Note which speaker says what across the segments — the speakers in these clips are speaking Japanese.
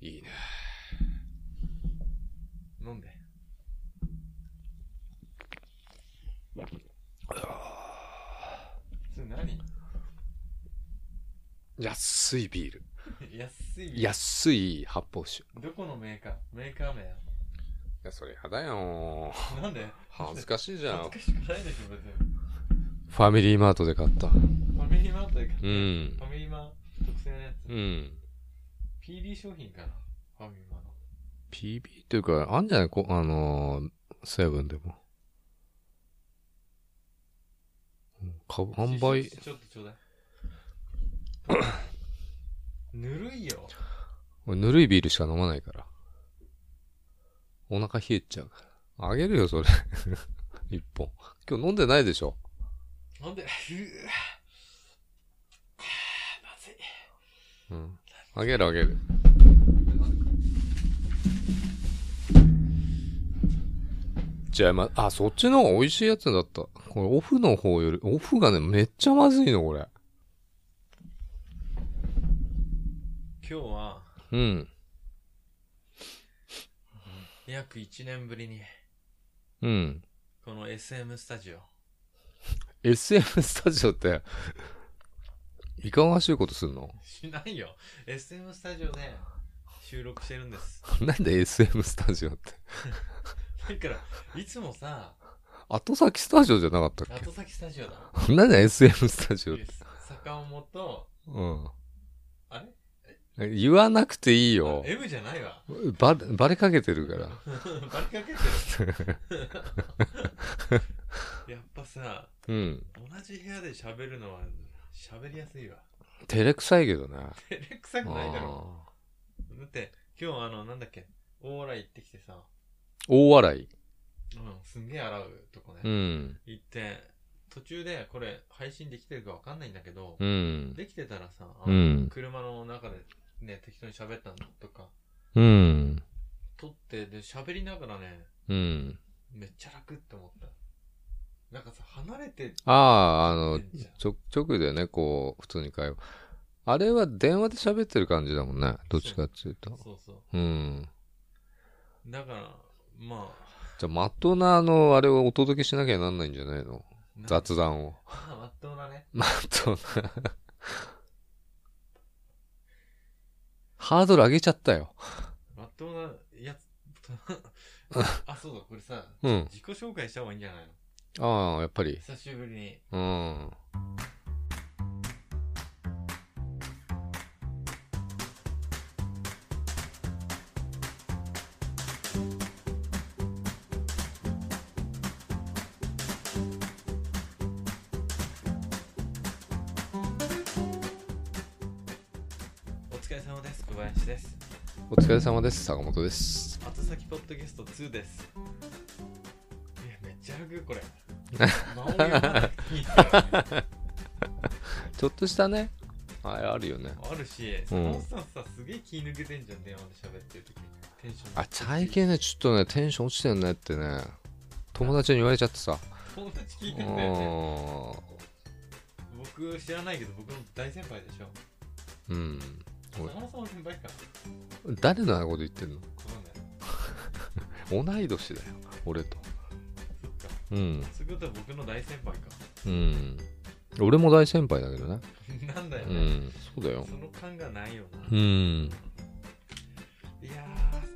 Speaker 1: いいね。
Speaker 2: 飲んで。それ何
Speaker 1: 安いビール。
Speaker 2: 安い
Speaker 1: 安い発泡酒。い
Speaker 2: どこのメーカーメーカー名
Speaker 1: や、それやだよ。
Speaker 2: なんで
Speaker 1: 恥ずかしいじゃん。
Speaker 2: 恥
Speaker 1: フ
Speaker 2: ずかしくないでしょ、別に。
Speaker 1: ァミリーマートで買った。
Speaker 2: ファミリーマートで買った。
Speaker 1: うん
Speaker 2: ファミリーマ特製のやつ。
Speaker 1: うん。
Speaker 2: PD 商品かなファミマの。
Speaker 1: PB というか、あんじゃないこあのーセブンでも。うんか販売
Speaker 2: ち、ょちょっとちょうだい。ぬるいよ。
Speaker 1: 俺ぬるいビールしか飲まないから。お腹冷えちゃうから。あげるよ、それ。 一本。今日飲んでないでしょ。
Speaker 2: なんで、ふぅ。あーまずい。
Speaker 1: うん。あげるあげる。じゃあ、ま、あ、そっちの方が美味しいやつだった。これ、オフの方より、オフがね、めっちゃまずいの、これ。
Speaker 2: 今日は、
Speaker 1: うん。
Speaker 2: 約1年ぶりに、
Speaker 1: うん。
Speaker 2: この SM スタジオ。
Speaker 1: SM スタジオって、いかがわしいことするの
Speaker 2: しないよ。SM スタジオで収録してるんです。
Speaker 1: なんで SM スタジオって。
Speaker 2: だから、いつもさ、
Speaker 1: 後先スタジオじゃなかったっ
Speaker 2: 後先スタジオだ。
Speaker 1: けなんで SM スタジオって。
Speaker 2: 坂本、
Speaker 1: うん。
Speaker 2: あれ
Speaker 1: 言わなくていいよ
Speaker 2: あ。M じゃないわ。
Speaker 1: ば、ばれかけてる から。
Speaker 2: バリかけてる。やっぱさ、
Speaker 1: うん。
Speaker 2: 同じ部屋で喋るのは喋りやすいわ。
Speaker 1: 照れくさいけど ね。
Speaker 2: 照れくさくないだろ。
Speaker 1: あー
Speaker 2: だって、今日あの、なんだっけ、大洗行ってきてさ、
Speaker 1: 大笑い。
Speaker 2: うん、すんげえ洗うとこね、
Speaker 1: うん。
Speaker 2: 行って、途中でこれ配信できてるかわかんないんだけど、
Speaker 1: うん。
Speaker 2: できてたらさ、あ
Speaker 1: う
Speaker 2: の
Speaker 1: ん。
Speaker 2: 車の中でね、適当に喋ったのとか、
Speaker 1: うん。
Speaker 2: 撮って、で、喋りながらね、
Speaker 1: うん。
Speaker 2: めっちゃ楽って思った。なんかさ、離れて、
Speaker 1: ああ、あの、
Speaker 2: じゃん
Speaker 1: ちょ、直でね、こう、普通に会話。あれは電話で喋ってる感じだもんね。どっちかっていうと。
Speaker 2: そうそう。
Speaker 1: うん。
Speaker 2: だから、ま
Speaker 1: じゃあ、まっとうな、あの、あれをお届けしなきゃなんないんじゃないの
Speaker 2: あ、な
Speaker 1: 雑談を。
Speaker 2: まあ、まっとうなね。
Speaker 1: まっとうな。ハードル上げちゃったよ。
Speaker 2: まっとうな やつ、あ、そうだ、これさ、
Speaker 1: うん。
Speaker 2: 自己紹介した方がいいんじゃないの
Speaker 1: ああ、やっぱり。
Speaker 2: 久しぶりに。
Speaker 1: うん。
Speaker 2: お疲れ様です、小林です。
Speaker 1: お疲れ様です。坂本です。
Speaker 2: 後先ポッドゲスト2です。いや、めっちゃ楽、 これ。間を読まなくていいからね
Speaker 1: ちょっとしたね。あれあるよね。
Speaker 2: あるし、そのおっさんさ、すげえ気抜けてんじゃん、電話で喋ってる時に。テンション。
Speaker 1: あ、最近ね、ちょっとね、テンション落ちてんねってね、友達に言われちゃって さ。
Speaker 2: 友達聞
Speaker 1: う
Speaker 2: いてんだよね。
Speaker 1: ん。
Speaker 2: 僕知らないけど、僕の大先輩でしょ。
Speaker 1: うん。
Speaker 2: 坂本さんの先輩か。
Speaker 1: 誰のあんなこと言ってんの
Speaker 2: わかんない。
Speaker 1: 同い年だよ。俺と。
Speaker 2: そっか。
Speaker 1: うん。
Speaker 2: そういうことは僕の大先輩か。
Speaker 1: うん。俺も大先輩だけどね。
Speaker 2: なんだよ
Speaker 1: う
Speaker 2: ね、
Speaker 1: ん。そうだよ。
Speaker 2: その感がないよな。
Speaker 1: うん。
Speaker 2: いやー、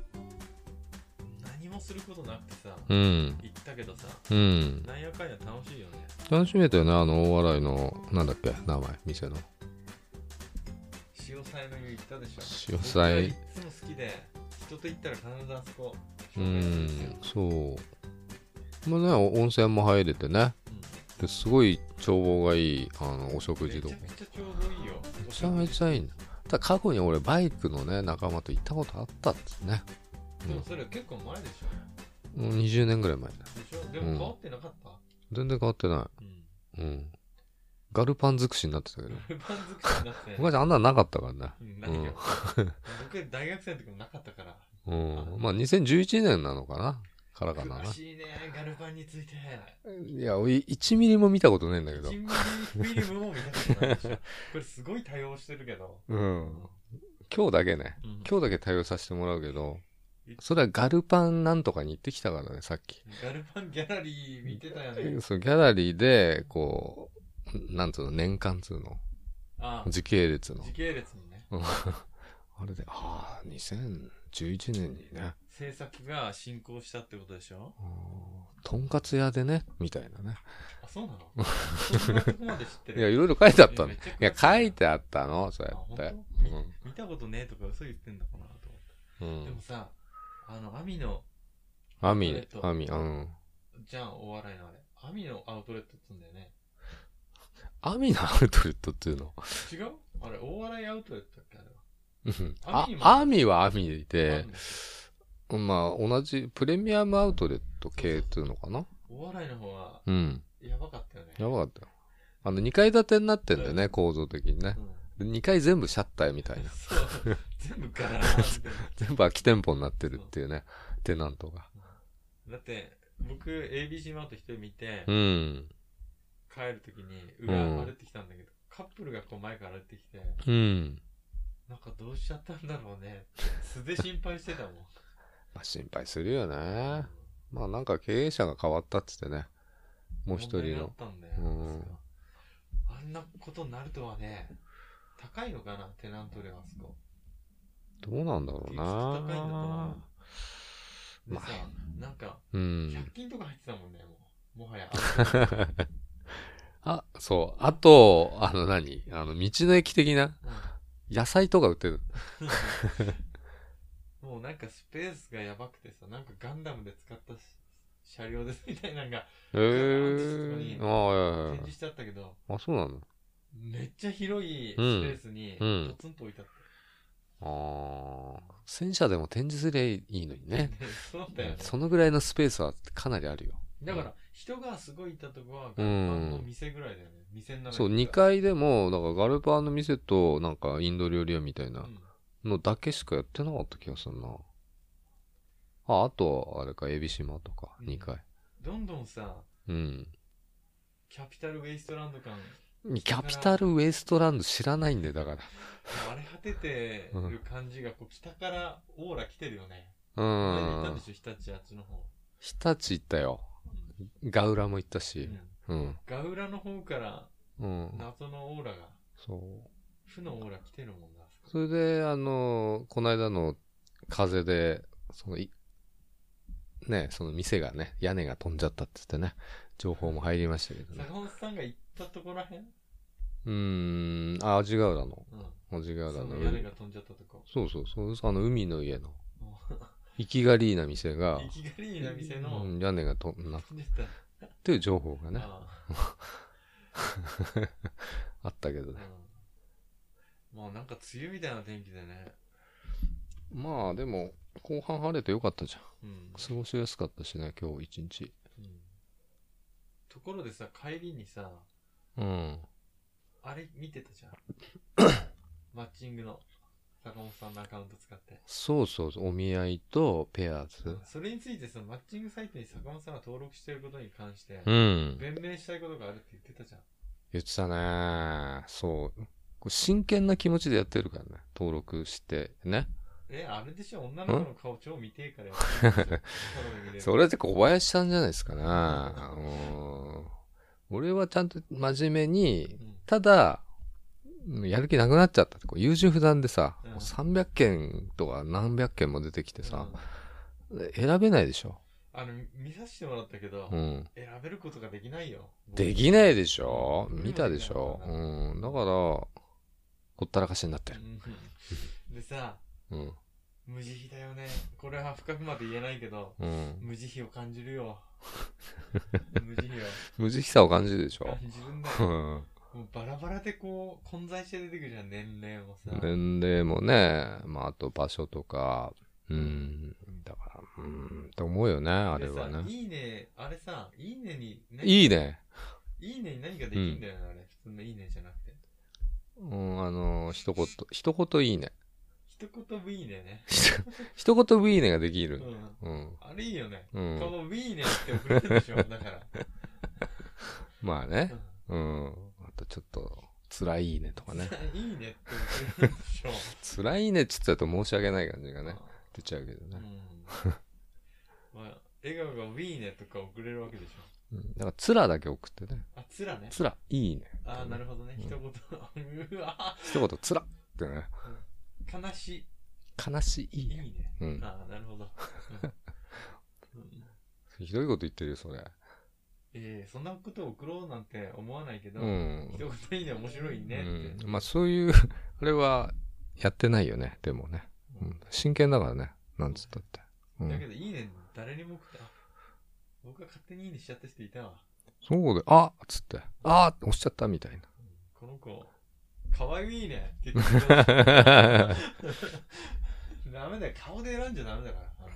Speaker 2: 何もすることなくてさ、
Speaker 1: うん。
Speaker 2: 行ったけどさ、
Speaker 1: うん。
Speaker 2: なんやかんや楽しいよね。
Speaker 1: 楽しめたよね、あの大笑いの、なんだっけ、名前、店の。
Speaker 2: 潮騒の湯行ったでしょ。
Speaker 1: 潮
Speaker 2: 僕はい
Speaker 1: 騒
Speaker 2: っつも好きで、人と行ったら必ずあそこ、
Speaker 1: う
Speaker 2: 紹介するんですよ
Speaker 1: ん、そう。まあね、お温泉も入れてね。ですごい眺望がいい、あの、お
Speaker 2: うん
Speaker 1: 食事
Speaker 2: め
Speaker 1: と
Speaker 2: ち
Speaker 1: か
Speaker 2: ゃ。くちゃちょうどいいよ。
Speaker 1: めちゃめちゃいいんだ。ただ過去に俺、バイクのね、仲間と行ったことあったっつね。
Speaker 2: でもそれ結構前でし
Speaker 1: うん、もう20年ぐらい前だ。
Speaker 2: ょ。でしょでも変わってなかった。
Speaker 1: 全然変わってな
Speaker 2: うん。
Speaker 1: い。うん。ガルパン尽くしになってたけど。
Speaker 2: ルパン尽くしになって。
Speaker 1: 昔あんなのなかったからね。
Speaker 2: うんないよ
Speaker 1: うん
Speaker 2: 僕大学生の時もなかったから。
Speaker 1: うん。まあ2011年なのかなからかな。
Speaker 2: 詳しいね、ガルパンについて。
Speaker 1: いや、俺1ミリも見たことないんだけど
Speaker 2: ジ。ンミリフィルムも見たことないでしょ。これすごい対応してるけど。
Speaker 1: うん。今日だけね。
Speaker 2: うん
Speaker 1: 今日だけ対応させてもらうけど、それはガルパンなんとかに行ってきたからね、さっき。
Speaker 2: ガルパンギャラリー見てたよね。
Speaker 1: そう、ギャラリーで、こう、なんつうの、年間つうの、
Speaker 2: あ
Speaker 1: 時系列の
Speaker 2: 時。系列にね。
Speaker 1: うんあれで、ああ、2011年にね、
Speaker 2: 制作が進行したってことでしょ
Speaker 1: うんとんかつ屋でね、みたいなね。
Speaker 2: あ、そうな のそんなとこまで知って
Speaker 1: い
Speaker 2: る。
Speaker 1: や、いろいろ書いてあったの。
Speaker 2: め
Speaker 1: い
Speaker 2: ちゃくちゃ
Speaker 1: や、書いてあったの、そうやって
Speaker 2: あ本。当
Speaker 1: う
Speaker 2: み
Speaker 1: ん
Speaker 2: 見たことねえとか嘘言ってんだかなと思
Speaker 1: う
Speaker 2: って。でも
Speaker 1: ん。
Speaker 2: さ、あの、アミの、
Speaker 1: ア
Speaker 2: えっ
Speaker 1: ミ、
Speaker 2: と
Speaker 1: アミ、うん。
Speaker 2: じゃん、お笑いのあれ。アミのアウトレットって言うんだよね。
Speaker 1: アミのアウトレットっていうの。
Speaker 2: 違うあれ、大笑いアウトレットだっけあれは。
Speaker 1: うん
Speaker 2: ア
Speaker 1: あ
Speaker 2: ミも
Speaker 1: アミはアミで
Speaker 2: あん、の
Speaker 1: まあ、同じプレミアムアウトレット系っていうのかな。
Speaker 2: お笑いの方は、
Speaker 1: うん。
Speaker 2: やばかったよね。
Speaker 1: やばかったよ。あの、2階建てになってんだよね、構造的にね。
Speaker 2: う
Speaker 1: で2階全部シャッターみたい
Speaker 2: ん
Speaker 1: な。
Speaker 2: そう。全部ガラーンって。
Speaker 1: 全部空き店舗になってるっていうね、テナントが。
Speaker 2: だって、僕、ABC マート一人見て
Speaker 1: う、ん。
Speaker 2: 帰るときに、裏
Speaker 1: うん
Speaker 2: 歩いてきたんだけど、カップルがこう前から歩いてきて、
Speaker 1: うん。
Speaker 2: なんかどうしちゃったんだろうね。素で心配してたもん。
Speaker 1: まあ、心配するよ
Speaker 2: うん
Speaker 1: ね。まあ、なんか経営者が変わったっつってね。もう一
Speaker 2: 問題
Speaker 1: 人
Speaker 2: だっ
Speaker 1: の。
Speaker 2: たんだ
Speaker 1: うん
Speaker 2: よ。あんなことになるとはね、高いのかな、テナント料あそこ。
Speaker 1: どうなんだろう
Speaker 2: 結局高いんだと思
Speaker 1: な
Speaker 2: う。で
Speaker 1: ま
Speaker 2: さ、なんか、
Speaker 1: うん
Speaker 2: 100。均とか入ってたもんね、もう。もは や。
Speaker 1: あ、そう。あと、あの何、あの、道の駅的な野菜とか売ってる。
Speaker 2: うんもうなんかスペースがやばくてさ、なんかガンダムで使ったし車両ですみたいなのが
Speaker 1: へえー。ああ、いやい
Speaker 2: 展
Speaker 1: やい
Speaker 2: 示してあったけど、
Speaker 1: や。あ、そうなの
Speaker 2: めっちゃ広いスペースに
Speaker 1: うん
Speaker 2: ポツンと置いてあった。
Speaker 1: ああ。戦車でも展示すりゃいいのにね。
Speaker 2: でそうだよね。
Speaker 1: そのぐらいのスペースはかなりあるよ。
Speaker 2: だから人がすごいいたとこはガルパンの店ぐらいだよね。店の中
Speaker 1: そう、2階でも、だからガルパーの店と、なんかインド料理屋みたいな
Speaker 2: うん
Speaker 1: のだけしかやってなかった気がするな。あ、あとは、あれか、エビ島とか、
Speaker 2: うん
Speaker 1: 2階。
Speaker 2: どんどんさ、
Speaker 1: うん。
Speaker 2: キャピタルウェイストランド感、
Speaker 1: キャピタルウェイストランド知らないんで、だから。
Speaker 2: 荒れ果ててる感じが、こう北からオーラ来てるよね。
Speaker 1: う
Speaker 2: 前に行ったん
Speaker 1: ん
Speaker 2: で。しょ、日立あっちの方。
Speaker 1: 日立行ったよ。
Speaker 2: うん
Speaker 1: ガウラも行った
Speaker 2: う
Speaker 1: し。
Speaker 2: ん
Speaker 1: うん。
Speaker 2: ガウラの方から
Speaker 1: うん。
Speaker 2: 謎のオーラが、
Speaker 1: そう。
Speaker 2: 負のオーラ来てるもんな。
Speaker 1: それで、あの、この間の風で、そのい、ね、その店がね、屋根が飛んじゃったって言ってね、情報も入りましたけどね
Speaker 2: 坂。本さんが行ったとこらへんうん。
Speaker 1: うーん、あ、味ヶ浦の。味ヶ
Speaker 2: そ
Speaker 1: 浦の
Speaker 2: の
Speaker 1: 海
Speaker 2: 屋根が飛んじゃったとこ。
Speaker 1: そうそうそう、あの、海の家の
Speaker 2: も。
Speaker 1: 行きがりーな店が
Speaker 2: 行、きがりいいな店の、
Speaker 1: うん屋根がとなっ
Speaker 2: 飛んでった。
Speaker 1: ていう情報がね、
Speaker 2: ああ
Speaker 1: あったけどね。
Speaker 2: うんもうなんか梅雨みたいな天気でね。
Speaker 1: まあでも、後半晴れてよかったじゃん。
Speaker 2: うん。
Speaker 1: 過ごしやすかったしね、今日一日。
Speaker 2: うんところでさ、帰りにさ、
Speaker 1: うん。
Speaker 2: あれ見てたじゃん。 マッチングの坂本さんのアカウント使って。
Speaker 1: そうそうそう、お見合いとペアーズ。
Speaker 2: それについてさ、マッチングサイトに坂本さんが登録してることに関して、
Speaker 1: うん。
Speaker 2: 弁明したいことがあるって言ってたじゃん。
Speaker 1: 言ってたねそう。こう真剣な気持ちでやってるからね。登録してね。
Speaker 2: え、あれでしょ女の子の顔超見てえからやってる でしょ好みで見れる
Speaker 1: それって小林さんじゃないですかな。うん俺はちゃんと真面目に
Speaker 2: う、ん
Speaker 1: ただ、うんやる気なくなっちゃったって。こう優柔不断でさ、
Speaker 2: うん
Speaker 1: もう300件とか何百件も出てきてさ、で選べないでしょ。
Speaker 2: あの、見させてもらったけど、
Speaker 1: うん。
Speaker 2: 選べることができないよ。
Speaker 1: できないでしょ
Speaker 2: うん
Speaker 1: 見たでしょ
Speaker 2: う
Speaker 1: うん。だから、ほったらかしになってる。
Speaker 2: うんでさ、
Speaker 1: うん。
Speaker 2: 無慈悲だよね。これは深くまで言えないけど、
Speaker 1: うん。
Speaker 2: 無慈悲を感じ るよ。無慈悲を
Speaker 1: 無慈悲さを感じるでしょ
Speaker 2: 感じるんだ
Speaker 1: う
Speaker 2: よ。
Speaker 1: ん。
Speaker 2: もうバラバラでこう、混在して出てくるじゃん、年齢もさ。
Speaker 1: 年齢もね、まあ、あと場所とか、うん、だから、うん、と思うよね、あれは
Speaker 2: でさ
Speaker 1: ね。
Speaker 2: いいね、あれさ、いいねに、
Speaker 1: いい
Speaker 2: ね。
Speaker 1: ね。
Speaker 2: いいねに何かできるんだよね、あれ。普通のいいねじゃなくて。
Speaker 1: うん、あの、一言、一言いいね。
Speaker 2: 一言いいねね。
Speaker 1: 一言いいねができ
Speaker 2: う
Speaker 1: る。
Speaker 2: ん。
Speaker 1: うん。
Speaker 2: あれいいよね。
Speaker 1: うん
Speaker 2: このウィーネって 送れるでしょ、だから。
Speaker 1: まあ
Speaker 2: う
Speaker 1: ね。
Speaker 2: ん
Speaker 1: うん。あとちょっと、辛いねとかね。
Speaker 2: いいねって言ってるでしょ。
Speaker 1: 辛いねって言ったと申し訳ない感じがね、
Speaker 2: あ
Speaker 1: 出ちゃうけど
Speaker 2: ーう
Speaker 1: ね。
Speaker 2: ん。まあ、笑顔がウィーねとか送れるわけでしょ。
Speaker 1: うん。だから、辛だけ送ってね。
Speaker 2: あ、つらね。
Speaker 1: 辛、いいね。
Speaker 2: あーなるほどね。
Speaker 1: うん
Speaker 2: 一言。うわ
Speaker 1: 一言、辛ってね。
Speaker 2: 悲し
Speaker 1: 悲しい、い
Speaker 2: い。い
Speaker 1: い
Speaker 2: い
Speaker 1: ね。
Speaker 2: ね。
Speaker 1: うん。
Speaker 2: あーなるほど。うんうん
Speaker 1: ひどいこと言ってるよ、それ。
Speaker 2: えーそんなことを送ろうなんて思わないけど、
Speaker 1: うん
Speaker 2: 一。言いいね、面白いねって。
Speaker 1: うん、まあそういう、 あれはやってないよね、でもね。うん、真剣だからね、なんつったって。う
Speaker 2: だけ
Speaker 1: ん、
Speaker 2: ど、いいね、誰にも送って、あ僕が勝手にいいねしちゃった人いたわ。
Speaker 1: そうで、あっつって、あっ押しちゃったみたい
Speaker 2: この子、かわいいねって言ってくれ た。
Speaker 1: な。
Speaker 2: ダメだよ、顔で選んじゃダメだから。あん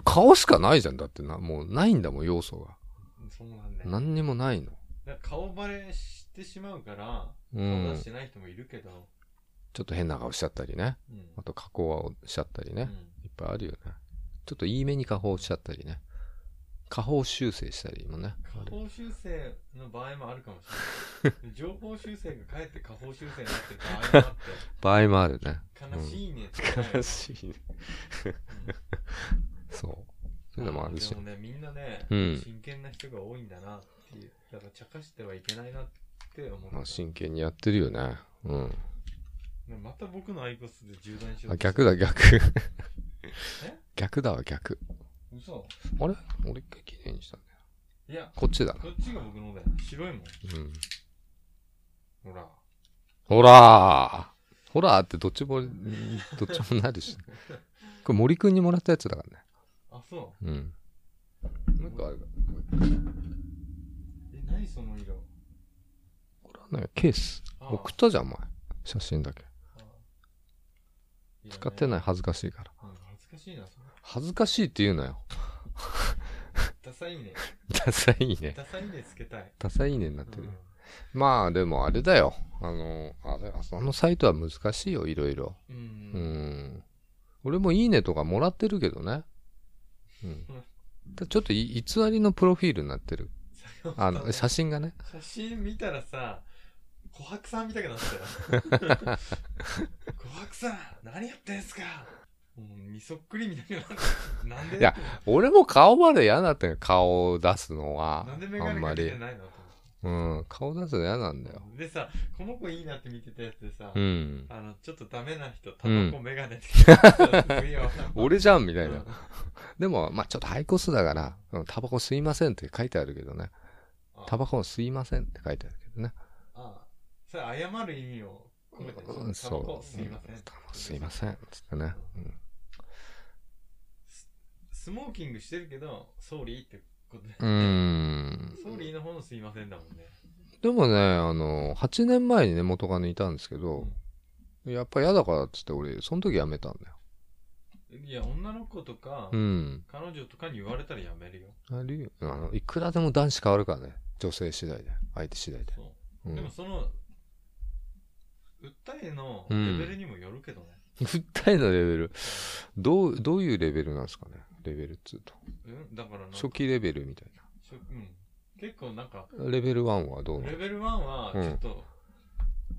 Speaker 1: 顔しかないじゃん、だってな、もうないんだもん、要素が。
Speaker 2: のそうなんだよ。
Speaker 1: 何にもないの。
Speaker 2: だから顔バレしてしまうから、
Speaker 1: う
Speaker 2: 顔出
Speaker 1: ん
Speaker 2: し。てない人もいるけど、
Speaker 1: ちょっと変な顔しちゃったりね。
Speaker 2: うん。
Speaker 1: あと加工はしちゃったり
Speaker 2: う
Speaker 1: ね。
Speaker 2: ん
Speaker 1: いっぱいあるよね。ちょっといい目に加工しちゃったりね。加工修正したりもね。あ
Speaker 2: 下
Speaker 1: る
Speaker 2: 方修正の場合もあるかもしれ ない。情報修正がかえって下方修正になってる場合もあっ
Speaker 1: 場合もあるね。
Speaker 2: て、悲しいねってね。
Speaker 1: 悲しいね。そう。そういうのもあるし
Speaker 2: で。もね、みんなね、
Speaker 1: うん
Speaker 2: 真剣な人が多いんだなっていう。だから、茶化してはいけないなって思った。
Speaker 1: まあ、真剣にやってるよね。うん。
Speaker 2: ねまた僕のアイコスで重大にしよう
Speaker 1: あ、
Speaker 2: として
Speaker 1: 逆だ、逆
Speaker 2: え。
Speaker 1: 逆だわ、逆。
Speaker 2: 嘘
Speaker 1: あれ俺一回綺麗にしたんだよ。
Speaker 2: いや、
Speaker 1: こっちだな
Speaker 2: こ。っちが僕のだよ。白い
Speaker 1: う
Speaker 2: もん。
Speaker 1: ん。
Speaker 2: ほら。
Speaker 1: ほらーほらーってどっちも、どっちもな るし。これ森くんにもらったやつだからね。
Speaker 2: あ、そ
Speaker 1: うん。もう一個あるか
Speaker 2: う。え、何その色。
Speaker 1: これはね、ケース。
Speaker 2: ああ
Speaker 1: 送ったじゃん、お前。写真だけ。
Speaker 2: あいやね
Speaker 1: 使ってない、恥ずかしいから。
Speaker 2: うん恥ずかしいな、それ
Speaker 1: 恥ずかしいって言うなよ。
Speaker 2: ダサいね。
Speaker 1: ダサいね。
Speaker 2: ダサいねつけたい。
Speaker 1: ダサいねになっ
Speaker 2: う
Speaker 1: てる
Speaker 2: ん。
Speaker 1: まあでもあれだよ。あの、あれ、あのサイトは難しいよ、いろいろ。
Speaker 2: う。
Speaker 1: うん ん。俺もいいねとかもらってるけどね。うん。ただちょっとい偽りのプロフィールになってる。
Speaker 2: 坂
Speaker 1: あ
Speaker 2: 本さん
Speaker 1: の、写真がね。
Speaker 2: 写真見たらさ、琥珀さんみたくなったよ。 琥珀さん、何やってんすかもう、みそっくりみたいになった。なんで
Speaker 1: いや俺も顔まで嫌だったよ、顔を出すのは
Speaker 2: なんで。メ
Speaker 1: あ
Speaker 2: ガ
Speaker 1: ん
Speaker 2: ネ
Speaker 1: ま
Speaker 2: かけ
Speaker 1: り
Speaker 2: て。ないのと
Speaker 1: うん。顔出すの嫌なんだよ
Speaker 2: 思。ってでさ、この子いいなって見てたやつでさ、
Speaker 1: うん。
Speaker 2: あの、ちょっとダメな人、タ
Speaker 1: うん
Speaker 2: バコメガネって書いてあったやつ見よ う
Speaker 1: 俺じゃんみた
Speaker 2: う
Speaker 1: い
Speaker 2: ん
Speaker 1: な。でも、まあちょっとハイコスだから、うんタバコ吸いませんって書いてあるけどね。
Speaker 2: あ
Speaker 1: タバコ吸いませんって書いてあるけどね。
Speaker 2: あそれ謝る意味を込め
Speaker 1: う
Speaker 2: て、
Speaker 1: ん
Speaker 2: タバコ
Speaker 1: そう
Speaker 2: すいません。
Speaker 1: タバコ吸いません。つってね。うん
Speaker 2: スモーキングしてるけど、ソーリーってことで。
Speaker 1: うーん。
Speaker 2: ソーリーの方のすいませんだもんね。
Speaker 1: でもね、あの、8年前にね、元カノいたんですけど、やっぱ嫌だからっつって俺、その時辞めたんだよ。
Speaker 2: いや、女の子とか、
Speaker 1: うん。
Speaker 2: 彼女とかに言われたらやめるよ。
Speaker 1: あるよあの、いくらでも男子変わるからね。女性次第で。相手次第で。
Speaker 2: そうう。でも
Speaker 1: ん。
Speaker 2: その、訴えのレベルにもよるけどね。
Speaker 1: 訴えのレベル。どう、どういうレベルなんですかね。レベルっつうと。
Speaker 2: うん、だからなんか
Speaker 1: 初期レベルみたい
Speaker 2: 初うん。結構なんか、
Speaker 1: な。レベル1はどうな
Speaker 2: レ
Speaker 1: の
Speaker 2: ベル1は、ち
Speaker 1: うん
Speaker 2: ょっと、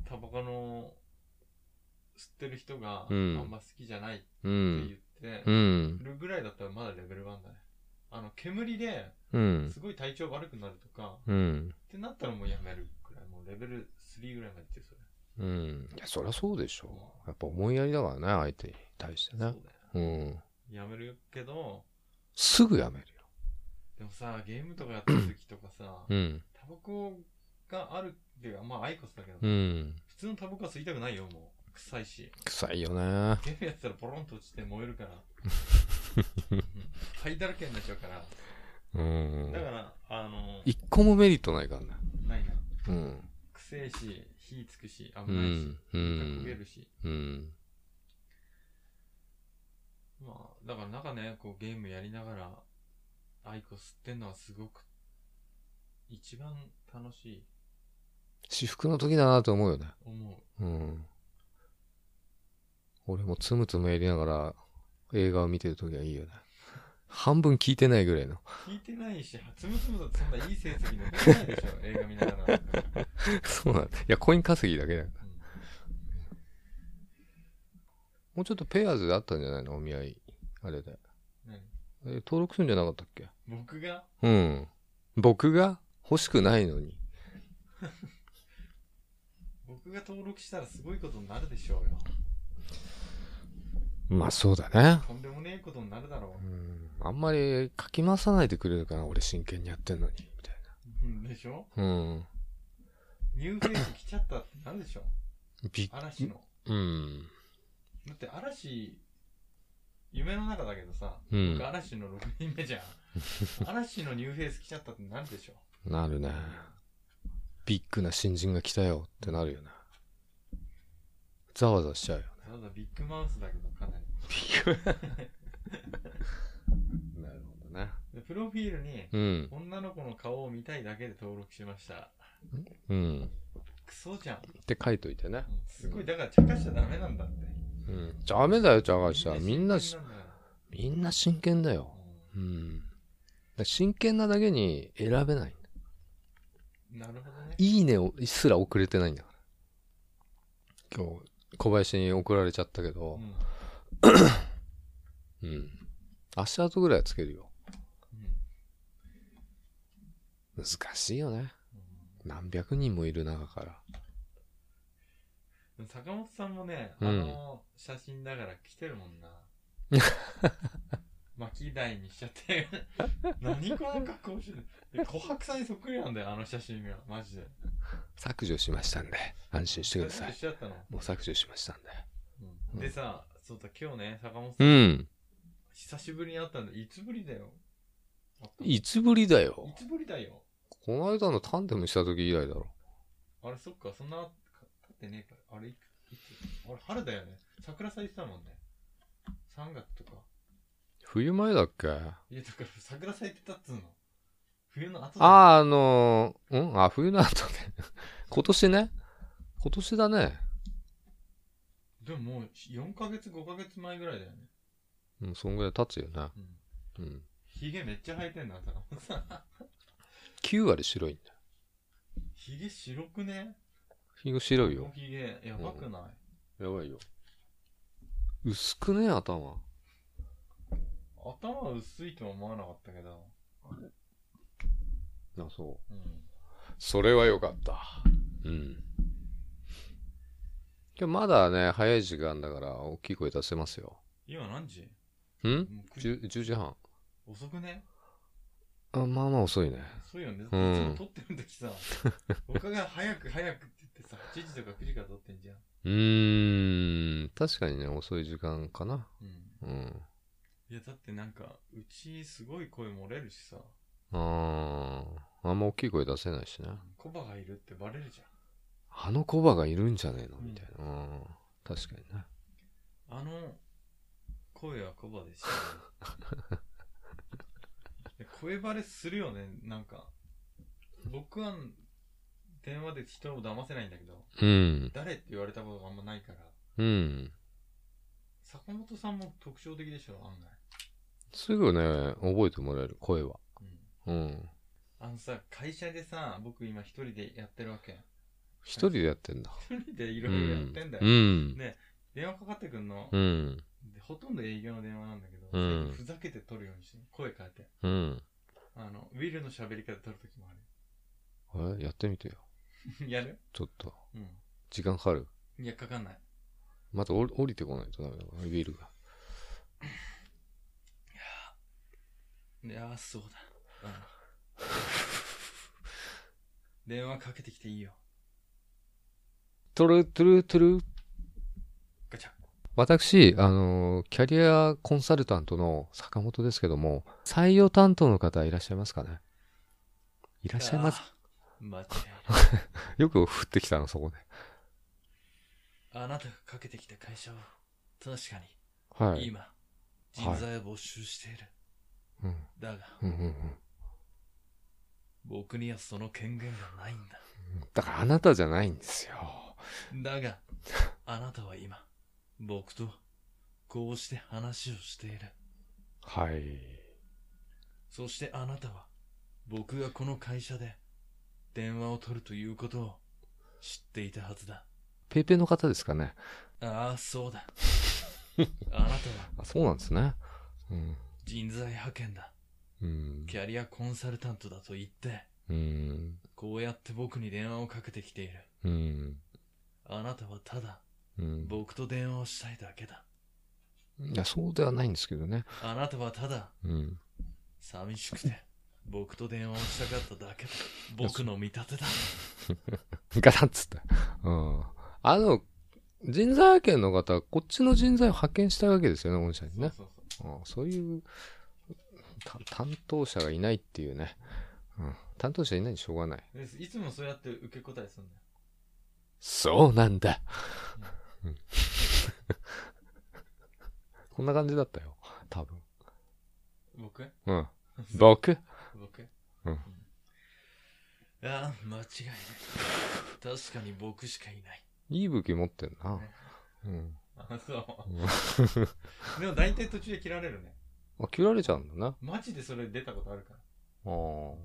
Speaker 2: タバコの、吸ってる人が、あ
Speaker 1: うん
Speaker 2: んま好きじゃないって
Speaker 1: う
Speaker 2: 言
Speaker 1: ん。
Speaker 2: って
Speaker 1: う、ん。
Speaker 2: るぐらいだったらまだレベル1だね。あの、煙で、
Speaker 1: うん。
Speaker 2: すごい体調悪くなるとか、
Speaker 1: うん。
Speaker 2: ってなったらもうやめるくらい。もうレベル3ぐらいまでいってる、それ。
Speaker 1: うん。いや、そりゃそうでしょ。やっぱ思いやりだからね、相手に対して
Speaker 2: そうだ
Speaker 1: ね
Speaker 2: よ。。
Speaker 1: うん。
Speaker 2: やめるけど、
Speaker 1: すぐ辞めるよ。
Speaker 2: でもさ、ゲームとかやってる時とかさ、
Speaker 1: うん。
Speaker 2: タバコがあるっていうか、まあアイコスだけど、
Speaker 1: うん。
Speaker 2: 普通のタバコは吸いたくないよ、もう。臭いし。
Speaker 1: 臭いよね。
Speaker 2: ゲームやってたらポロンと落ちて燃える から。灰だらけになっちゃうから。
Speaker 1: うん
Speaker 2: だから、あの、
Speaker 1: 一個もメリットないからね。
Speaker 2: ないな。
Speaker 1: うん。
Speaker 2: 臭いし、火つくし、
Speaker 1: う
Speaker 2: 危ないし
Speaker 1: ん。、う
Speaker 2: 焦げ
Speaker 1: ん。
Speaker 2: るし。
Speaker 1: うん。
Speaker 2: まあ、だからなんかね、こうゲームやりながら、アイコスってんのはすごく、一番楽しい、
Speaker 1: 私服の時だなと思うよね。
Speaker 2: 思う。
Speaker 1: うん。俺もつむつむやりながら映画を見てる時はいいよね。半分聞いてないぐらいの。
Speaker 2: 聞いてないし、初むつむだってそんないい成績残らない でしょ、映画見ながらなんか。
Speaker 1: そうなんだ。いや、コイン稼ぎだけだよ。
Speaker 2: うん
Speaker 1: もうちょっとペアーズであったんじゃないのお見合い。あれで。
Speaker 2: 何
Speaker 1: え登録するんじゃなかったっけ
Speaker 2: 僕が
Speaker 1: うん。僕が欲しくないのに。
Speaker 2: 僕が登録したらすごいことになるでしょうよ。
Speaker 1: まあそうだね。
Speaker 2: とんでもねえことになるだろ。
Speaker 1: うん。あんまりかき回さないでくれるかな俺真剣にやってんのに。みたいう
Speaker 2: うんでしょ
Speaker 1: な。うん。
Speaker 2: ニューフェイス来ちゃったってなるでしょ
Speaker 1: びっ、
Speaker 2: 嵐の。
Speaker 1: うん。
Speaker 2: だって嵐、夢の中だけどさ、
Speaker 1: うん
Speaker 2: 僕。嵐の6人目じゃ ん。嵐のニューフェイス来ちゃったってなるでしょ
Speaker 1: なるね。ビッグな新人が来たよってなるよね。ざわざわしちゃうよ。
Speaker 2: ただビッグマウスだけどかなり。
Speaker 1: なるほどね。
Speaker 2: でプロフィールに、
Speaker 1: うん。
Speaker 2: 女の子の顔を見たいだけで登録しました。
Speaker 1: うん。
Speaker 2: クソじゃん。
Speaker 1: って書いといてね。
Speaker 2: うんすごい、だから茶化しちゃダメなんだって。
Speaker 1: うん。ダメだよ、茶菓子は。みんな、
Speaker 2: 真剣なんだよ
Speaker 1: みんな真剣だよ。うん。だから真剣なだけに選べない。
Speaker 2: うんなるほどね。
Speaker 1: いいねをすら送れてないんだから。今日、小林に送られちゃったけ
Speaker 2: う
Speaker 1: ど、
Speaker 2: ん
Speaker 1: うん。足跡ぐらいはつけるよ。
Speaker 2: うん
Speaker 1: 難しいよね。何百人もいる中から。
Speaker 2: うん坂本さんもね、
Speaker 1: うん
Speaker 2: あの写真だから来てる もんな。巻き台にしちゃって。 何この格好してる。で琥珀さんにそっくりなんだよ、あの写真が。マジで。
Speaker 1: 削除しましたんで、安心してください
Speaker 2: 一。緒だったの。
Speaker 1: もう削除しましたんで。
Speaker 2: うんでさ、そうだ、今日ね、坂本さ、
Speaker 1: うんん。
Speaker 2: 久しぶりに会ったんだ。いつぶりだよ。い
Speaker 1: いつぶりだよ。
Speaker 2: つぶりだよ。
Speaker 1: この間のタンデムした時以来だろ。
Speaker 2: あれ、そっか、そんな、経ってねえか。あれ、いついつあれ、春だよね。桜咲いてたもんね。3月とか。
Speaker 1: 冬前だっけあ
Speaker 2: いや、だから桜咲いてたっつうの。冬の後だよ
Speaker 1: あー、あのー、うんあ、冬の後ね。 今年ね。今年だね。
Speaker 2: でももう4ヶ月、5ヶ月前ぐらいだよね。
Speaker 1: うん、そんぐらい経つよな。
Speaker 2: うん。
Speaker 1: うん。
Speaker 2: ヒゲめっちゃ生えてんな、坂 本さん。
Speaker 1: 9割白いんだよ。
Speaker 2: ヒゲ白くね
Speaker 1: 日が白いよ。
Speaker 2: ヒゲ、やばくない、
Speaker 1: やばいよ。薄くね頭。
Speaker 2: 頭薄いとは思わなかったけど。
Speaker 1: あ、そう。
Speaker 2: うん。
Speaker 1: それは良かった。うん。今日まだね、早い時間だから、大きい声出せますよ。
Speaker 2: 今何時
Speaker 1: ん
Speaker 2: もう
Speaker 1: 10, 10時半
Speaker 2: 遅くね
Speaker 1: あまあまあ遅いね
Speaker 2: そうよね。いつ
Speaker 1: うん
Speaker 2: も撮ってる時さ、他が早く早くって言ってさ、8時とか9時から撮ってんじゃん。
Speaker 1: うーん確かにね遅い時間かな
Speaker 2: うん。
Speaker 1: うん
Speaker 2: いや、だってなんか、うちすごい声漏れるしさ、
Speaker 1: あーあんま大きい声出せないしね
Speaker 2: コバがいるってバレるじゃん。
Speaker 1: あのコバがいるんじゃねえの
Speaker 2: うん
Speaker 1: みたいな、うん、確かにね
Speaker 2: あの声はコバでしたね声バレするよね、なんか。僕は電話で人を騙せないんだけど、
Speaker 1: うん
Speaker 2: 誰って言われたことがあんまないから、
Speaker 1: うん
Speaker 2: 坂本さんも特徴的でしょ、案外。
Speaker 1: すぐね覚えてもらえる声は
Speaker 2: うん。
Speaker 1: うん
Speaker 2: あのさ、会社でさ、僕今一人でやってるわけ。
Speaker 1: 一人でやってんだ
Speaker 2: 一人でい
Speaker 1: い
Speaker 2: ろいろやってんだよ。
Speaker 1: うん
Speaker 2: ね電話かかってくんの、
Speaker 1: うん
Speaker 2: でほとんど営業の電話なんだけど、
Speaker 1: うん
Speaker 2: 最近ふざけて取るようにして、声変えて。
Speaker 1: うん、
Speaker 2: あの、ウィルの喋り方取るときもあ
Speaker 1: えやってみてよ
Speaker 2: る。やる
Speaker 1: ちょっと
Speaker 2: うん。
Speaker 1: 時間かかる
Speaker 2: いや、かかんない。
Speaker 1: また降り降りてこないとダメだからビールが
Speaker 2: いやー、そうだ。うん電話かけてきていいよ。
Speaker 1: トゥルトゥルトゥル
Speaker 2: ガチャ。
Speaker 1: 私、あの、キャリアコンサルタントの坂本ですけども、採用担当の方いらっしゃいますかねいらっしゃいます。
Speaker 2: あー。待って。
Speaker 1: よく降ってきたの、そこで。
Speaker 2: あなたがかけてきた会社は、確か
Speaker 1: は
Speaker 2: に、
Speaker 1: い。
Speaker 2: 今、人材を募集している。
Speaker 1: うん。
Speaker 2: だが、
Speaker 1: うんうんうん。
Speaker 2: 僕にはその権限がないんだ。
Speaker 1: だからあなたじゃないんですよ。
Speaker 2: だが、あなたは今、僕と、こうして話をしている。
Speaker 1: はい。
Speaker 2: そしてあなたは、僕がこの会社で、電話を取るということを知っていたはずだ。
Speaker 1: ペイペイの方ですかね。
Speaker 2: ああ、そうだ。あなたは
Speaker 1: あ、そうなんですね。うん。
Speaker 2: 人材派遣だ。
Speaker 1: うん。
Speaker 2: キャリアコンサルタントだと言って、
Speaker 1: うん。
Speaker 2: こうやって僕に電話をかけてきている。
Speaker 1: うん。
Speaker 2: あなたはただ、
Speaker 1: うん。
Speaker 2: 僕と電話をしたいだけだ。
Speaker 1: いや、そうではないんですけどね。
Speaker 2: あなたはただ、
Speaker 1: うん。
Speaker 2: 寂しくて、僕と電話をしたかっただけだ。僕の見立てだ。
Speaker 1: ガタッつって。うん。あの、人材派遣の方は、こっちの人材を派遣したいわけですよね、御社にね。
Speaker 2: そうそう
Speaker 1: うんそういう、た担当者がいないっていうね。うん。担当者いないにしょうがない。
Speaker 2: そうですいつもそうやって受け答えするんだよ。
Speaker 1: そうなんだ。うんこんな感じだったよ。多分。
Speaker 2: 僕
Speaker 1: うん。僕
Speaker 2: 僕
Speaker 1: うん
Speaker 2: ああ、間違いない。確かに僕しかい ない。
Speaker 1: いい武器持ってんな。うん。
Speaker 2: あ、そう。 でも大体途中で切られるね。
Speaker 1: あ、切られちゃうんだな。
Speaker 2: マジでそれ出たことあるから。
Speaker 1: あー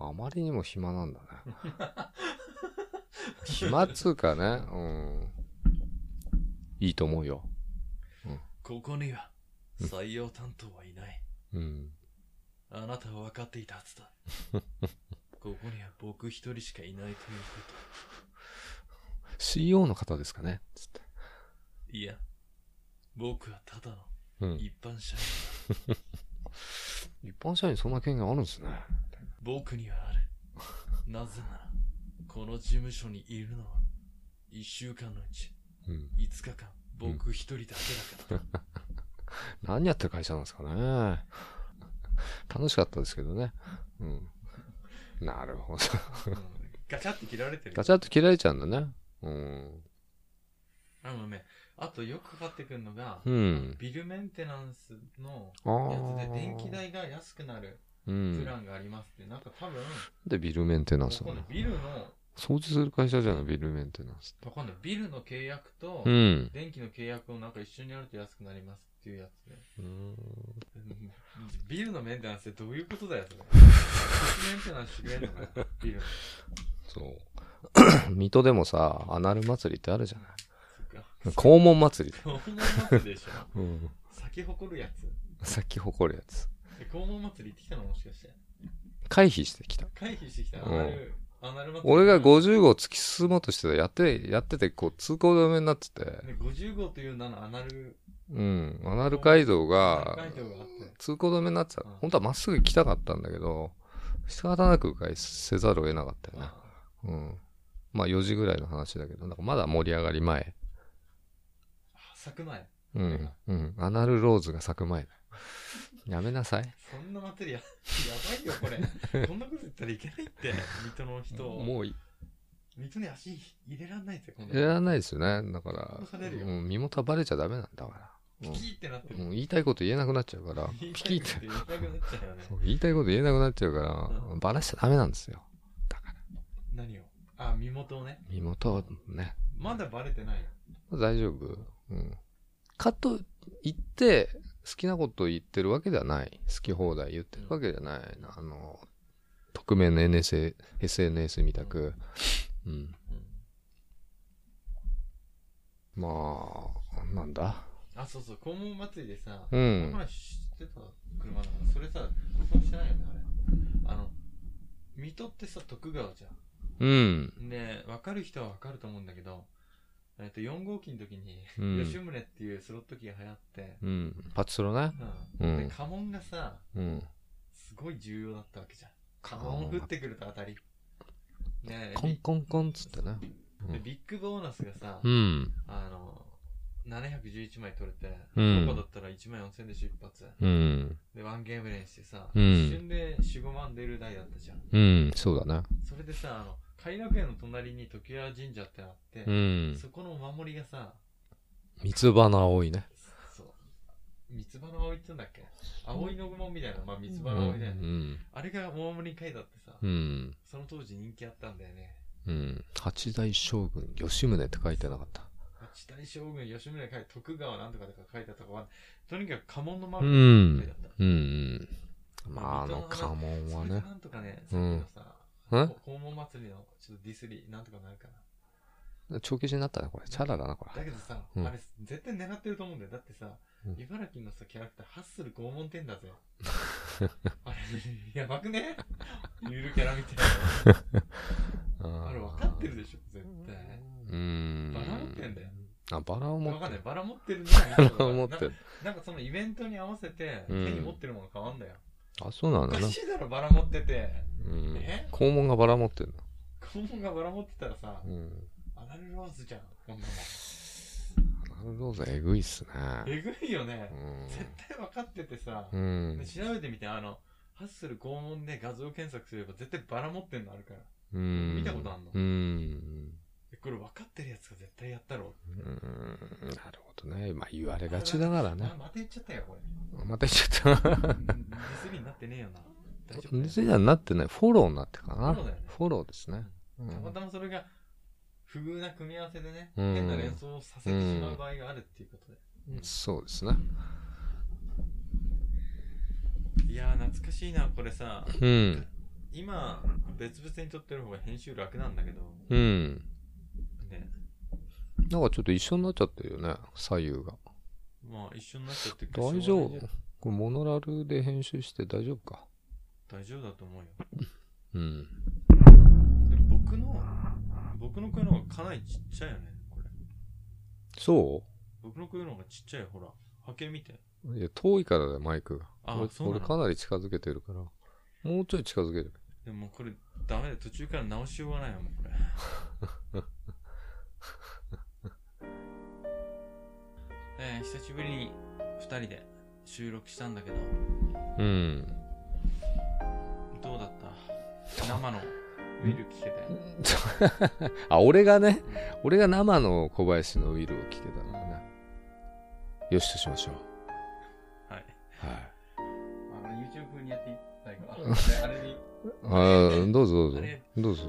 Speaker 1: あまりにも暇なんだね。暇っつうかね、うん。いいと思うよ。
Speaker 2: ここには採用担当はいない。
Speaker 1: うん。
Speaker 2: あなたは分かっていたはずだ。 ここには僕一人しかいないというこ
Speaker 1: CEO の方ですかねつって。
Speaker 2: と。いや、僕はただの
Speaker 1: うん。
Speaker 2: 一般社員。
Speaker 1: 一般社員そんな権限あるんですね。
Speaker 2: 僕にはある。なぜなら、この事務所にいるのは、一週間のうち
Speaker 1: うん。
Speaker 2: 5日間、僕一人だけだから。
Speaker 1: 何やってる会社なんですかね。楽しかったですけどね。うん。なる ほど。
Speaker 2: うんガチャって切られてるよ
Speaker 1: ガ。チャッと切られちゃうんだね。うん。
Speaker 2: あのね、あとよくかかってくるのが、
Speaker 1: うん。
Speaker 2: ビルメンテナンスの
Speaker 1: ああ
Speaker 2: やつで電気。代が安くなる
Speaker 1: う
Speaker 2: プ
Speaker 1: ん。
Speaker 2: ランがありますって、なんか多分、
Speaker 1: で、ビルメンテナン
Speaker 2: わ
Speaker 1: ス
Speaker 2: か
Speaker 1: なんの
Speaker 2: ないビルの、
Speaker 1: 掃除する会社じゃない、ビルメンテナンス
Speaker 2: わかんないビルの契約と
Speaker 1: って。う、ん。
Speaker 2: 電気の契約をなんか一緒にやると安くなりますっていうやつで。うんビルのメンテナンスってどういうことだよ、それ。メンテナンスしてくれんのかよビルの。
Speaker 1: そう。 水戸でもさ、アナル祭りってあるじゃない
Speaker 2: そっか。
Speaker 1: 肛門祭り。
Speaker 2: 肛門祭りでしょ。
Speaker 1: うん。
Speaker 2: 咲き誇るやつ。
Speaker 1: さっき誇るやつ。
Speaker 2: え肛門祭り行ってきたのもしかして。
Speaker 1: 回避してきた。
Speaker 2: 回避してきた。
Speaker 1: うん
Speaker 2: アナル、アナル祭り。
Speaker 1: 俺が
Speaker 2: ね。
Speaker 1: 50号突き進もうとしてたやって、やってて、こう、通行止めになってて、
Speaker 2: 55という名のアナル、
Speaker 1: うん。アナル街道
Speaker 2: ア
Speaker 1: が
Speaker 2: ナル、街道があって。
Speaker 1: 通行止めになってた
Speaker 2: うん。
Speaker 1: 本当はまっすぐ行きたかったんだけど、仕方なく迂回せざるを得なかったよね。うん。まあ4時ぐらいの話だけど、なんかまだ盛り上がり前。
Speaker 2: あ咲く前。
Speaker 1: うん。うん。アナルローズが咲く前だ。やめなさい。
Speaker 2: そんな祭りや、やばいよ、こ れ。こんなこと言ったらいけないって、水戸の人。
Speaker 1: もうい、
Speaker 2: 水戸に足入れらんないぜ、こんな
Speaker 1: やらないですよね。だから、
Speaker 2: 跳ねるよ
Speaker 1: うん身元はバレちゃダメなんだか
Speaker 2: ピ
Speaker 1: ら。
Speaker 2: キーってなって
Speaker 1: うん
Speaker 2: る。
Speaker 1: もう言いたいこと言えなくなっちゃうから、
Speaker 2: 言
Speaker 1: ピ
Speaker 2: いた
Speaker 1: キ
Speaker 2: い
Speaker 1: っ
Speaker 2: こ
Speaker 1: て
Speaker 2: と。言えなくなっちゃうよね。
Speaker 1: そう言いたいこと言えなくなっちゃうから、
Speaker 2: う
Speaker 1: バラしちゃダメなんですよ。
Speaker 2: 何をあ、身元をね。
Speaker 1: 身元はね。
Speaker 2: まだバレてないよ。
Speaker 1: 大丈夫。うん。かと言って、好きなこと言ってるわけではない。好き放題言ってるわけじゃない。あの、匿名の NSA、SNS みたく。うん。まあ、なんだ。
Speaker 2: あ、そうそう、肛門祭りでさ、
Speaker 1: う
Speaker 2: この
Speaker 1: ん。
Speaker 2: 前知ってた車だから、それさ、録音してないよね、あれ。あの、水戸ってさ、徳川じゃん。
Speaker 1: うん。
Speaker 2: ねわかる人はわかると思うんだけど、えっと、4号機の時に、
Speaker 1: うん
Speaker 2: 吉宗っていうスロット機が流行って、
Speaker 1: うん。パチスロね。
Speaker 2: う。
Speaker 1: うんん
Speaker 2: で、家紋がさ、
Speaker 1: うん。
Speaker 2: すごい重要だったわけじゃん。家紋降ってくると当たり。ねえ
Speaker 1: コンコンコンっつってね。
Speaker 2: ビでビッグボーナスがさ、
Speaker 1: うん。
Speaker 2: あの、711枚取れて、
Speaker 1: うん
Speaker 2: 5個だったら1万4000で出発。
Speaker 1: うん。
Speaker 2: で、ワンゲーム連してさ、
Speaker 1: うん
Speaker 2: 一瞬で4、5万出る台だったじゃん。
Speaker 1: うん。そうだね。
Speaker 2: それでさ、あの、偕楽園の隣に常盤神社ってあって、
Speaker 1: うん。
Speaker 2: そこのお守りがさ、
Speaker 1: 三つ葉の青いね。
Speaker 2: そう、三つ葉の葵って言うんだっけ葵の雲みたいな、まあ三つ
Speaker 1: う
Speaker 2: 葉の葵だよね。
Speaker 1: ん。
Speaker 2: あれがお守り会だってさ、
Speaker 1: うん。
Speaker 2: その当時人気あったんだよね。
Speaker 1: うん。八代将軍、吉宗って書いてなかった。
Speaker 2: 八大将軍吉宗会徳川なんとかとか書いてあったとかはとにかく家紋の
Speaker 1: う
Speaker 2: 丸
Speaker 1: ん
Speaker 2: だっ。
Speaker 1: うん。まあ、あの家紋は
Speaker 2: それ
Speaker 1: ね
Speaker 2: と。なんとかね、
Speaker 1: うん
Speaker 2: さ
Speaker 1: う
Speaker 2: っきの
Speaker 1: ん
Speaker 2: さ、訪問祭りのちょっとディスリー、なんとかなるかな。
Speaker 1: 帳消しになったね、これ。チャラだな、こ
Speaker 2: だ
Speaker 1: れ。
Speaker 2: けどさ、
Speaker 1: うん
Speaker 2: あれ絶対狙ってると思うんだよ。だってさ、
Speaker 1: うん
Speaker 2: 茨城のさ、キャラクター、ハッスル拷問店だぜ。あれ、やばくねゆるキャラみたいな。あ
Speaker 1: あ
Speaker 2: れ分かってるでしょ、絶対。
Speaker 1: うーん。
Speaker 2: バラ持ってんだよ。
Speaker 1: あ、バラを持
Speaker 2: わ
Speaker 1: っ
Speaker 2: か
Speaker 1: て
Speaker 2: んない。
Speaker 1: る。
Speaker 2: バラ持ってるんじゃない
Speaker 1: バラを持ってる。
Speaker 2: なんかそのイベントに合わせて、手
Speaker 1: うん
Speaker 2: に持ってるもの変わんだよ。
Speaker 1: あ、そうな
Speaker 2: お
Speaker 1: んだ
Speaker 2: か
Speaker 1: な。
Speaker 2: しいだろ、バラ持ってて。
Speaker 1: うん
Speaker 2: え。
Speaker 1: 肛門がバラ持ってるの。
Speaker 2: 肛門がバラ持ってたらさ
Speaker 1: う、ん。
Speaker 2: アナルローズじゃん、こんな
Speaker 1: アナルローザエグいっす
Speaker 2: もん。
Speaker 1: ね。
Speaker 2: えぐいよね
Speaker 1: う。
Speaker 2: 絶
Speaker 1: ん
Speaker 2: 対分かっててさ、
Speaker 1: うん
Speaker 2: で。調べてみて、あの、ハッスル拷問で画像検索すれば絶対バラ持ってんのあるから。
Speaker 1: うん。
Speaker 2: 見たことあんの
Speaker 1: うん。
Speaker 2: でこれ分かってるやつが絶対やったろ。
Speaker 1: うん。なるほどね。まあ、言われがちだからね
Speaker 2: あ。また言っちゃったよ、これ。
Speaker 1: また言っちゃ った。
Speaker 2: ディスりになってねえよな。大丈夫だよ
Speaker 1: 実にはなってない。フォローになってるかな。
Speaker 2: フォローだよね
Speaker 1: フォローですね。うん
Speaker 2: たまたまそれが不遇な組み合わせでね、
Speaker 1: うん
Speaker 2: 変な連想をさせてしまう場合があるっていうことで。
Speaker 1: そうですね。
Speaker 2: いやー、懐かしいな、これさ。
Speaker 1: うん。
Speaker 2: 今、別々に撮ってる方が編集楽なんだけど、
Speaker 1: うん。
Speaker 2: ね、
Speaker 1: なんかちょっと一緒になっちゃってるよね。左右が。
Speaker 2: まあ一緒になっちゃってるけど
Speaker 1: 大
Speaker 2: し
Speaker 1: 丈
Speaker 2: ょうがない
Speaker 1: 夫
Speaker 2: ね
Speaker 1: これモノラルで編集して大丈夫か。
Speaker 2: 大丈夫だと思うよ。
Speaker 1: うん。
Speaker 2: でも僕の、僕の声の方がかなりちっちゃいよね、これ。
Speaker 1: そ
Speaker 2: 僕の声の方がちっちゃい、ほら。波形見て。
Speaker 1: ういや、遠いからだよ、マイクが。
Speaker 2: あ
Speaker 1: 俺
Speaker 2: そうなの
Speaker 1: 俺かなり近づけてるから。もうちょい近づける。
Speaker 2: でももうこれダメだよ途中から直しようがないよもうこれ えー久しぶりに2人で収録したんだけど
Speaker 1: うん。
Speaker 2: どうだった生のウィル聞けて
Speaker 1: あ、俺がね、俺が生の小林のウィルを聞けたんだね。よしとしましょう。
Speaker 2: はい
Speaker 1: はい。
Speaker 2: あの YouTube 風にやっていただい たあれに
Speaker 1: あ ーどうぞどうぞ
Speaker 2: あれ。
Speaker 1: どうぞ。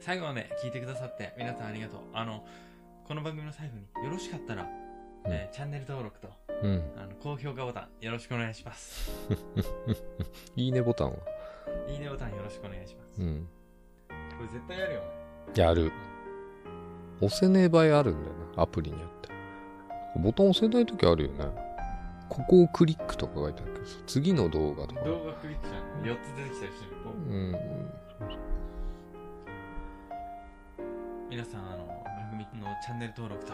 Speaker 2: 最後まで聞いてくださって皆さんありがとうあのこの番組の最後によろしかったら、えーチャンネル登録と
Speaker 1: うん。
Speaker 2: あの高評価ボタンよろしくお願いします
Speaker 1: いいねボタンは。
Speaker 2: いいねボタンよろしくお願いします、
Speaker 1: うん。
Speaker 2: これ絶対やるよね
Speaker 1: やる。押せねえ場合あるんだよな、アプリによって。ボタン押せないときあるよね。ここをクリックとか書いてあるけどさ、次の動画とか。
Speaker 2: 動画クリックじゃん4つ出てきたりしてる
Speaker 1: うん。
Speaker 2: 皆さんあの番組のチャンネル登録と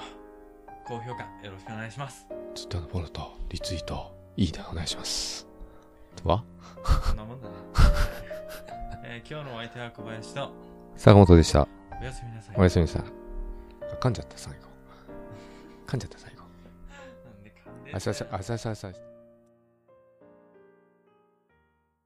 Speaker 2: 高評価よろしくお願いします
Speaker 1: ツイッターのフォローと、リツイート、いいねお願いします。は
Speaker 2: そんなもんだね、 えー今日のお相手は小林と
Speaker 1: 坂本でした。
Speaker 2: おやすみなさい
Speaker 1: おやすみなさい。あ噛んじゃった、最後。噛んじゃった、最後。
Speaker 2: なんで噛んでんだよ
Speaker 1: あさあさ、あさあさあさ。